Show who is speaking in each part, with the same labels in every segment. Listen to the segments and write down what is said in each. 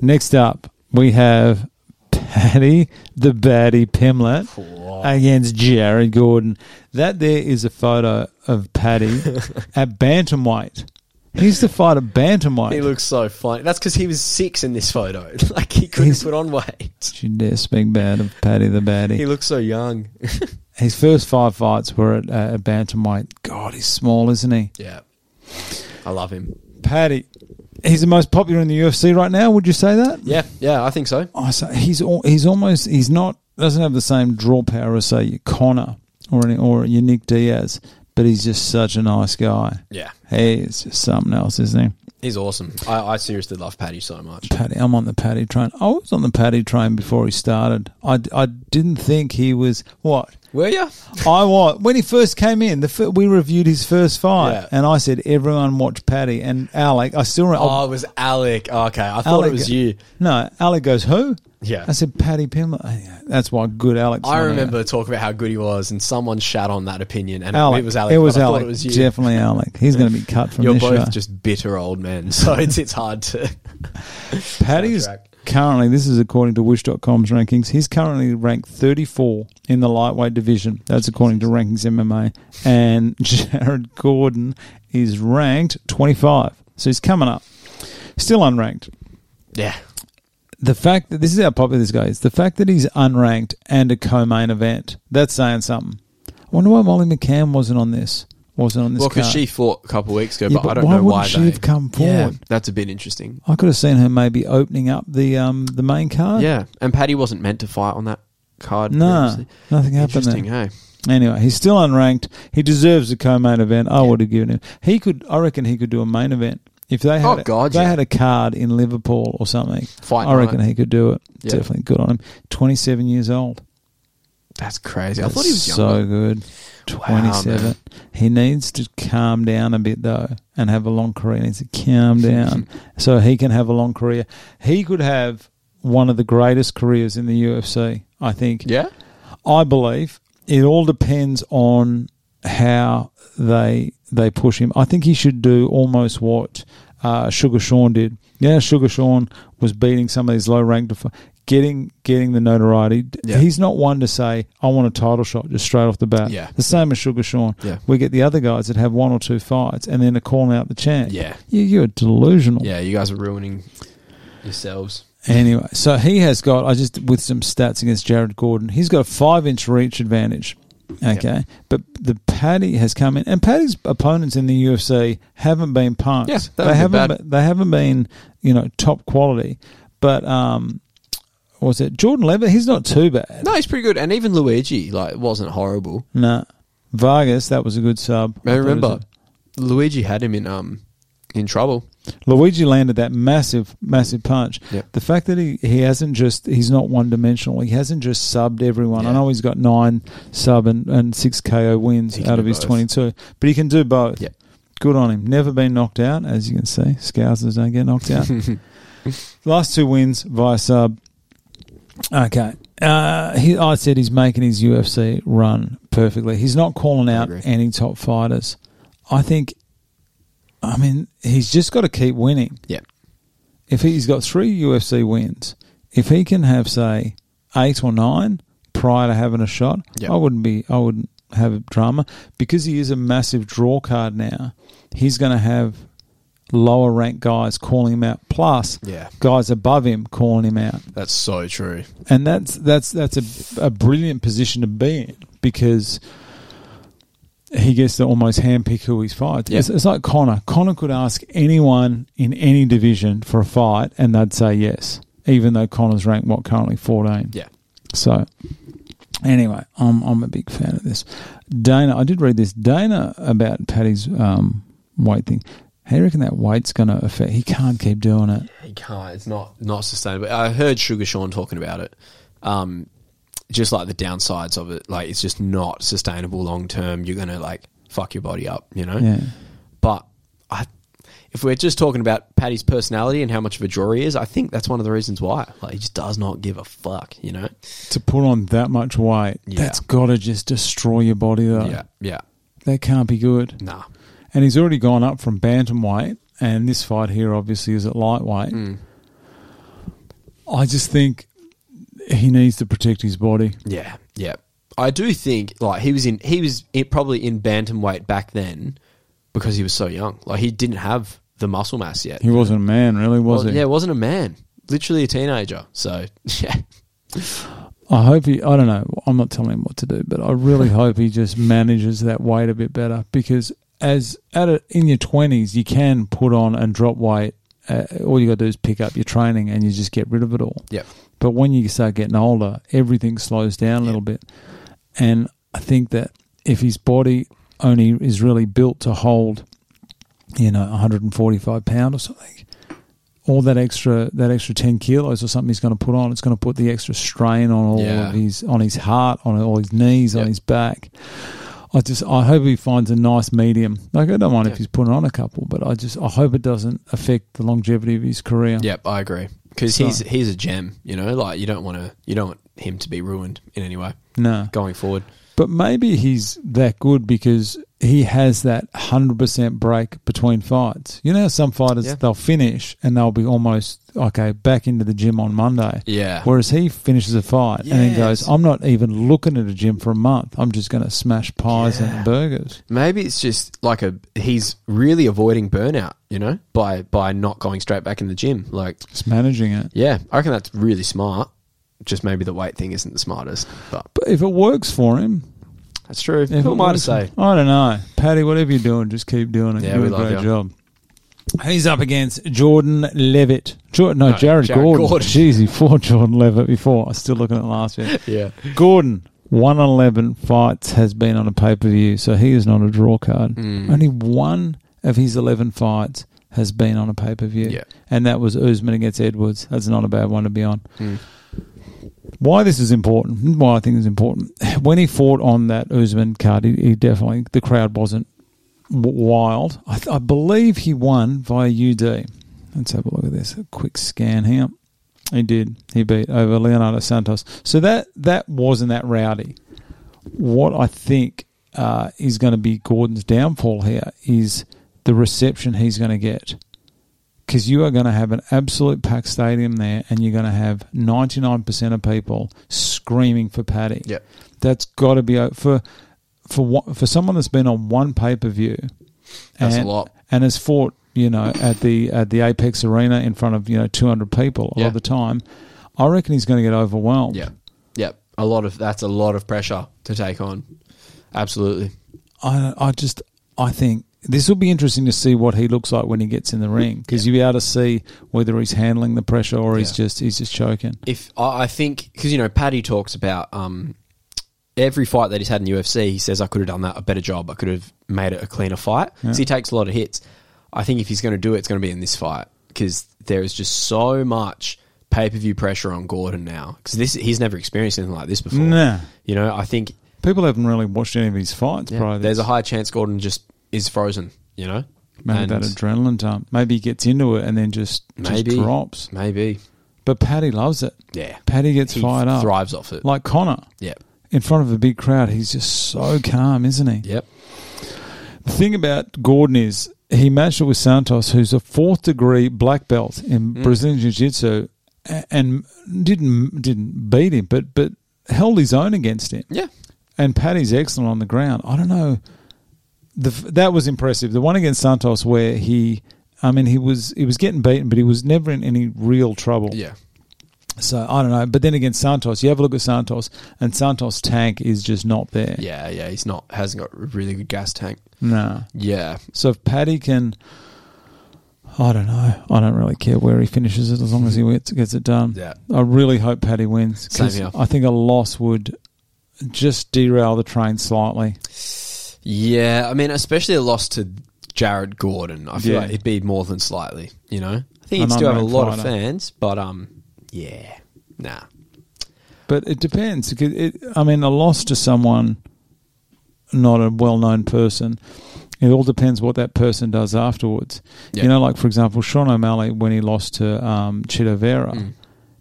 Speaker 1: Next up, we have Patty the Batty Pimlet against Jared Gordon. That there is a photo of Patty at bantamweight. He used to fight at bantamweight.
Speaker 2: He looks so funny. That's because he was six in this photo. like he couldn't
Speaker 1: He's-
Speaker 2: put on weight.
Speaker 1: Should dare speak bad of Paddy the
Speaker 2: He
Speaker 1: Batty.
Speaker 2: looks so young.
Speaker 1: His first five fights were at uh, at bantamweight. God, he's small, isn't he?
Speaker 2: yeah, I love him.
Speaker 1: Paddy, he's the most popular in the UFC right now. Would you say that?
Speaker 2: Yeah, yeah, I think so.
Speaker 1: Oh, so he's al- he's almost he's not doesn't have the same draw power as say Connor or any, or your Nick Diaz, but he's just such a nice guy.
Speaker 2: Yeah,
Speaker 1: He is just something else, isn't
Speaker 2: he's awesome. I, I seriously love Paddy so
Speaker 1: he?
Speaker 2: much.
Speaker 1: Paddy, I'm on the Paddy train. I was on the Paddy train before he started. I, I didn't think he was what
Speaker 2: Were you?
Speaker 1: I was when he first came in. The fir- we reviewed his first fight,
Speaker 2: Yeah.
Speaker 1: and I said everyone watch Paddy and Alec. I still remember.
Speaker 2: Oh, it was Alec. Oh, okay, I thought
Speaker 1: Alec-
Speaker 2: it was you.
Speaker 1: No, Alec goes who?
Speaker 2: Yeah.
Speaker 1: I said Paddy Pimlet. Oh, yeah, That's why good Alec.
Speaker 2: I remember the talk about how good he was, and someone shat on that opinion, and
Speaker 1: Alec.
Speaker 2: it was Alec.
Speaker 1: It
Speaker 2: but
Speaker 1: was
Speaker 2: I thought
Speaker 1: Alec.
Speaker 2: It was you.
Speaker 1: Definitely Alec. He's going to be cut from
Speaker 2: You're
Speaker 1: this
Speaker 2: both
Speaker 1: show.
Speaker 2: just bitter old men, so it's it's hard to.
Speaker 1: Paddy's
Speaker 2: Sidetracked.
Speaker 1: currently, this is according to Wish.com's rankings, he's currently ranked 34 in the lightweight division. That's according to Rankings MMA. And Jared Gordon is ranked 25. So he's coming up. Still unranked.
Speaker 2: Yeah,
Speaker 1: The fact that this is how popular this guy is, the fact that he's unranked and a co main event, that's saying something. I wonder why Molly McCann wasn't on this. Wasn't on this
Speaker 2: well, because
Speaker 1: card.
Speaker 2: she fought a couple weeks ago,
Speaker 1: Yeah,
Speaker 2: but, I
Speaker 1: but
Speaker 2: don't
Speaker 1: why
Speaker 2: know why
Speaker 1: wouldn't she
Speaker 2: they-
Speaker 1: have come forward?
Speaker 2: Yeah, that's a bit interesting.
Speaker 1: I could have seen her maybe opening up the um the main card.
Speaker 2: Yeah, and Paddy wasn't meant to fight on that card.
Speaker 1: No,
Speaker 2: previously.
Speaker 1: nothing happened
Speaker 2: interesting,
Speaker 1: there.
Speaker 2: hey?
Speaker 1: Anyway, he's still unranked. He deserves a co-main event. I would have given him. He could. I reckon he could do a main event if they had.
Speaker 2: Oh, God,
Speaker 1: if they
Speaker 2: yeah.
Speaker 1: had a card in Liverpool or something.
Speaker 2: Fight
Speaker 1: I reckon
Speaker 2: night.
Speaker 1: he could do it.
Speaker 2: Yeah.
Speaker 1: Definitely good on him. Twenty-seven years old.
Speaker 2: That's crazy. I
Speaker 1: That's
Speaker 2: thought he was younger.
Speaker 1: so good. Twenty-seven.
Speaker 2: man.
Speaker 1: he needs to calm down a bit though, and have a long career. He needs to calm down so he can have a long career. He could have one of the greatest careers in the UFC. I think.
Speaker 2: Yeah,
Speaker 1: I believe it all depends on how they they push him. I think he should do almost what uh, Sugar Sean did. Yeah, Sugar Sean was beating some of these low ranked, getting getting the notoriety.
Speaker 2: Yeah.
Speaker 1: He's not one to say, "I want a title shot" just straight off the bat.
Speaker 2: Yeah.
Speaker 1: the same as Sugar Sean.
Speaker 2: Yeah.
Speaker 1: we get the other guys that have one or two fights and then are calling out the champ.
Speaker 2: Yeah.
Speaker 1: you, you're delusional.
Speaker 2: yeah. You guys are ruining yourselves.
Speaker 1: Anyway, so he has got, I just, with some stats against Jared Gordon, he's got a five inch reach advantage. Okay. But the Paddy has come in, and Paddy's opponents in the UFC haven't been punks.
Speaker 2: Yeah, that
Speaker 1: they
Speaker 2: would be
Speaker 1: haven't,
Speaker 2: bad.
Speaker 1: be- they haven't been, you know, top quality. But, um, what was it Jordan Lever? He's not too bad.
Speaker 2: No, he's pretty good, and even Luigi like wasn't horrible.
Speaker 1: No. Vargas, that was a good sub.
Speaker 2: I
Speaker 1: thought it was
Speaker 2: remember Luigi had him in um in trouble.
Speaker 1: Luigi landed that massive, massive punch.
Speaker 2: Yeah.
Speaker 1: The fact that he, he hasn't just he's not one dimensional. He hasn't just subbed everyone. I
Speaker 2: Yeah.
Speaker 1: know he's got nine sub and, and six KO wins
Speaker 2: He can
Speaker 1: out
Speaker 2: do
Speaker 1: of his
Speaker 2: both.
Speaker 1: twenty two. But he can do both.
Speaker 2: Yeah.
Speaker 1: Good on him. Never been knocked out, as you can see. Scousers don't get knocked out. Last two wins via sub. Okay. Uh, he, I said he's making his UFC run perfectly. He's not calling out
Speaker 2: agree.
Speaker 1: any top fighters. I think, I mean, he's just got to keep winning
Speaker 2: Yeah,
Speaker 1: if he's got three UFC wins, if he can have say eight or nine prior to having a shot,
Speaker 2: Yeah.
Speaker 1: I wouldn't be I wouldn't have a drama because he is a massive draw card now. He's going to have lower ranked guys calling him out, plus
Speaker 2: Yeah.
Speaker 1: guys above him calling him out,
Speaker 2: that's so true.
Speaker 1: and that's that's that's a a brilliant position to be in because. He gets to almost handpick who he's fights.
Speaker 2: Yeah.
Speaker 1: It's, it's like Connor. Connor could ask anyone in any division for a fight, and they'd say yes, even though Connor's ranked what currently fourteen.
Speaker 2: Yeah,
Speaker 1: So, anyway, I'm I'm a big fan of this. Dana, I did read this Dana about Paddy's um, weight thing. How do you reckon that weight's going to affect? He can't keep doing it.
Speaker 2: he can't. It's not not sustainable. I heard Sugar Sean talking about it. Um, just like the downsides of it, like it's just not sustainable long term. You're gonna like fuck your body up, you know.
Speaker 1: Yeah.
Speaker 2: But I, if we're just talking about Paddy's personality and how much of a draw he is, I think that's one of the reasons why. Like he just does not give a fuck, you know.
Speaker 1: To put on that much weight,
Speaker 2: Yeah.
Speaker 1: that's got to just destroy your body, though.
Speaker 2: Yeah, yeah,
Speaker 1: That can't be good.
Speaker 2: nah.
Speaker 1: And he's already
Speaker 2: Hmm.
Speaker 1: gone up from bantamweight, and this fight here obviously is at lightweight. I just think he needs to protect his body.
Speaker 2: Yeah, yeah. I do think like he was in he was in, probably in bantamweight back then because he was so young. Like he didn't have the muscle mass yet.
Speaker 1: He wasn't a man, really, was
Speaker 2: Well,
Speaker 1: he?
Speaker 2: Yeah, wasn't a man. Literally a teenager. So yeah,
Speaker 1: I hope he. I don't know. I'm not telling him what to do, but I really hope he just manages that weight a bit better because as at a, in your 20s, you can put on and drop weight. Uh, all you got to do is pick up your training and you just get rid of it all.
Speaker 2: Yep.
Speaker 1: But when you start getting older, everything slows down a little bit, and I think that if his body only is really built to hold, you know, 145 pound or something. All that extra, that extra ten kilos or something he's going to put on, it's going to put the extra strain on all
Speaker 2: Yeah.
Speaker 1: of his on his heart, on all his knees,
Speaker 2: Yep.
Speaker 1: on his back. I just I hope he finds a nice medium. Like I don't mind
Speaker 2: Yeah.
Speaker 1: if he's putting on a couple, but I just I hope it doesn't affect the longevity of his career.
Speaker 2: yep. I agree because
Speaker 1: So-
Speaker 2: he's he's a gem. You know, like you don't want to you don't want him to be ruined in any way
Speaker 1: No.
Speaker 2: going forward.
Speaker 1: But maybe he's that good because he has that 100% break between fights. You know, how some fighters,
Speaker 2: Yeah.
Speaker 1: they'll finish and they'll be almost, okay, back into the gym on Monday.
Speaker 2: Yeah,
Speaker 1: Whereas he finishes a fight and then
Speaker 2: Yes.
Speaker 1: goes, I'm not even looking at a gym for a month. I'm just going to smash pies
Speaker 2: Yeah.
Speaker 1: and burgers.
Speaker 2: Maybe it's just like a he's really avoiding burnout, you know, by by not going straight back in the gym. Like,
Speaker 1: Just managing it.
Speaker 2: yeah, I reckon that's really smart. Just maybe the weight thing isn't the smartest, but
Speaker 1: But if it works for him,
Speaker 2: that's true.
Speaker 1: if
Speaker 2: Who
Speaker 1: it
Speaker 2: am I to
Speaker 1: works-
Speaker 2: say?
Speaker 1: I don't know. Paddy, whatever you're doing, just keep doing it.
Speaker 2: Yeah,
Speaker 1: you're
Speaker 2: we
Speaker 1: doing
Speaker 2: love
Speaker 1: a great
Speaker 2: you.
Speaker 1: job. He's up against Jordan Levitt. Jordan, no,
Speaker 2: No,
Speaker 1: Jared,
Speaker 2: Jared
Speaker 1: Gordon.
Speaker 2: Gordon.
Speaker 1: Jeez, he fought Jordan Levitt before. I was still looking at last year.
Speaker 2: Yeah,
Speaker 1: Gordon, 111 fights has been on a pay per view, so he is not a draw card.
Speaker 2: Mm.
Speaker 1: Only one of his 11 fights has been on a pay per view,
Speaker 2: Yeah.
Speaker 1: and that was Usman against Edwards. That's not a bad one to be on.
Speaker 2: Mm.
Speaker 1: Why this is important, why I think it's important, when he fought on that Usman card, he, he definitely, the crowd wasn't w- wild. I, th- I believe he won via UD. Let's have a look at this. A quick scan here. He did. He beat over Leonardo Santos. So that that wasn't that rowdy. What I think uh, is going to be Gordon's downfall here is the reception he's going to get. Because you are going to have an absolute packed stadium there, and you're going to have 99% of people screaming for Paddy.
Speaker 2: Yep.
Speaker 1: That's got to be o- for for what, for someone that's been on one pay per view.
Speaker 2: That's a lot.
Speaker 1: and has fought, you know, at the at the Apex Arena in front of you know 200 people a
Speaker 2: Yeah.
Speaker 1: lot of the time. I reckon he's going to get overwhelmed.
Speaker 2: yeah, yeah. A lot of that's a lot of pressure to take on. Absolutely.
Speaker 1: I I just I think this will be interesting to see what he looks like when he gets in the ring because you'll be able to see whether he's handling the pressure or he's
Speaker 2: Yeah.
Speaker 1: just he's just choking.
Speaker 2: If I, I think because you know Paddy talks about um, every fight that he's had in the UFC, he says I could have done that a better job. I could have made it a cleaner fight. So he takes a lot of hits. I think if he's going to do it, it's going to be in this fight because there is just so much pay per view pressure on Gordon now because this he's never experienced anything like this before.
Speaker 1: Nah.
Speaker 2: You know, I think
Speaker 1: People haven't really watched any of his fights.
Speaker 2: yeah,
Speaker 1: prior to
Speaker 2: there's a
Speaker 1: this.
Speaker 2: high chance Gordon just is frozen. You know,
Speaker 1: maybe
Speaker 2: And
Speaker 1: that adrenaline dump. Maybe he gets into it and then just, just
Speaker 2: Maybe.
Speaker 1: drops.
Speaker 2: maybe
Speaker 1: But Paddy loves it.
Speaker 2: yeah,
Speaker 1: Paddy gets
Speaker 2: he
Speaker 1: fired up
Speaker 2: thrives off it.
Speaker 1: like Connor
Speaker 2: yep,
Speaker 1: in front of a big crowd. He's just so calm, isn't he?
Speaker 2: yep,
Speaker 1: The thing about Gordon is he matched up with Santos, who's a fourth degree black belt
Speaker 2: Mm.
Speaker 1: in Brazilian Jiu Jitsu, and didn't didn't beat him, but but held his own against him.
Speaker 2: yeah.
Speaker 1: And Paddy's excellent on the ground. I don't know. The, f- that was impressive. The one against Santos, where he, I mean, he was he was getting beaten, but he was never in any real trouble.
Speaker 2: Yeah.
Speaker 1: So I don't know. But then against Santos, you have a look at Santos, and Santos' tank is just not there.
Speaker 2: Yeah, yeah. He's not hasn't got a really good gas tank.
Speaker 1: No.
Speaker 2: Yeah.
Speaker 1: So if Paddy can, I don't know. I don't really care where he finishes it as long as he gets, gets it done.
Speaker 2: Yeah.
Speaker 1: I really hope Paddy wins. 'cause
Speaker 2: Same here.
Speaker 1: I think a loss would just derail the train slightly.
Speaker 2: Yeah. I mean, especially a loss to Jared Gordon. I feel
Speaker 1: Yeah.
Speaker 2: like it'd be more than slightly, you know? I think
Speaker 1: An
Speaker 2: he'd still have a
Speaker 1: unknown
Speaker 2: lot of
Speaker 1: fighter.
Speaker 2: fans, but um yeah. Nah.
Speaker 1: But it depends. It, it, I mean, a loss to someone, not a well-known person. It all depends what that person does afterwards.
Speaker 2: Yeah.
Speaker 1: You know, like for example, Sean O'Malley when he lost to um, Chito Vera.
Speaker 2: Hmm.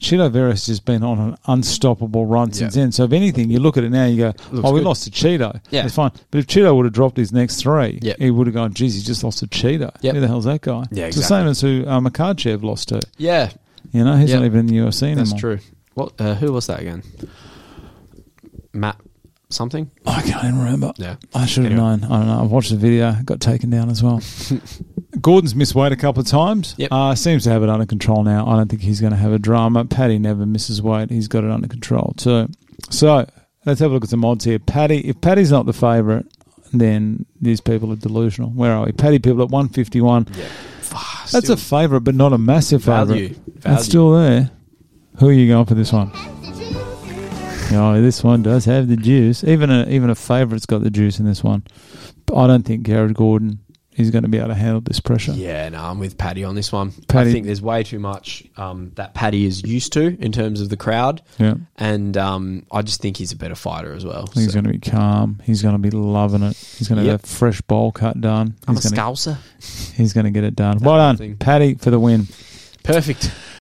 Speaker 1: Chito Vera's just been on an unstoppable run since
Speaker 2: Yeah.
Speaker 1: then. So if anything, you look at it now, you go,
Speaker 2: Looks
Speaker 1: "Oh, we
Speaker 2: good."
Speaker 1: lost to Cheeto.
Speaker 2: Yeah.
Speaker 1: it's fine." But if Cheeto would have dropped his next three,
Speaker 2: Yeah.
Speaker 1: he would have gone, "Geez, he just lost to Cheeto.
Speaker 2: Yep.
Speaker 1: Who the hell's that guy?"
Speaker 2: Yeah,
Speaker 1: It's the same as who uh, Makachev lost to.
Speaker 2: Yeah.
Speaker 1: You know, he's
Speaker 2: Yep.
Speaker 1: not even in the UFC anymore.
Speaker 2: That's true. What? Uh, who was that again? Matt something.
Speaker 1: I can't even remember.
Speaker 2: Yeah.
Speaker 1: I should have
Speaker 2: Anyway.
Speaker 1: known. I don't know. I watched the video. It Got taken down as well. Gordon's missed weight a couple of times.
Speaker 2: Yep.
Speaker 1: Uh, seems to have it under control now. I don't think he's going to have a drama. Paddy never misses weight. He's got it under control too. So let's have a look at some odds here. Paddy, if Paddy's not the favourite, then these people are delusional. Where are we? Paddy people at 151.
Speaker 2: Yeah.
Speaker 1: That's a favourite, but not a massive
Speaker 2: value.
Speaker 1: favourite.
Speaker 2: Value.
Speaker 1: That's still there. Who are you going for this one? Oh, this one does have the juice. Even a even a favourite's got the juice in this one. But I don't think Garrett Gordon is going to be able to handle this pressure.
Speaker 2: Yeah, no, I'm with Paddy on this one.
Speaker 1: Paddy-
Speaker 2: I think there's way too much um, that Paddy is used to in terms of the crowd,
Speaker 1: Yeah.
Speaker 2: and um, I just think he's a better fighter as well.
Speaker 1: He's
Speaker 2: So.
Speaker 1: going to be calm. He's going to be loving it. He's going to
Speaker 2: Yep.
Speaker 1: get a fresh bowl cut done.
Speaker 2: I'm a
Speaker 1: He's going to,
Speaker 2: scouser.
Speaker 1: he's going to get it done.
Speaker 2: That
Speaker 1: well
Speaker 2: whole
Speaker 1: done,
Speaker 2: thing.
Speaker 1: Paddy, for the win.
Speaker 2: Perfect.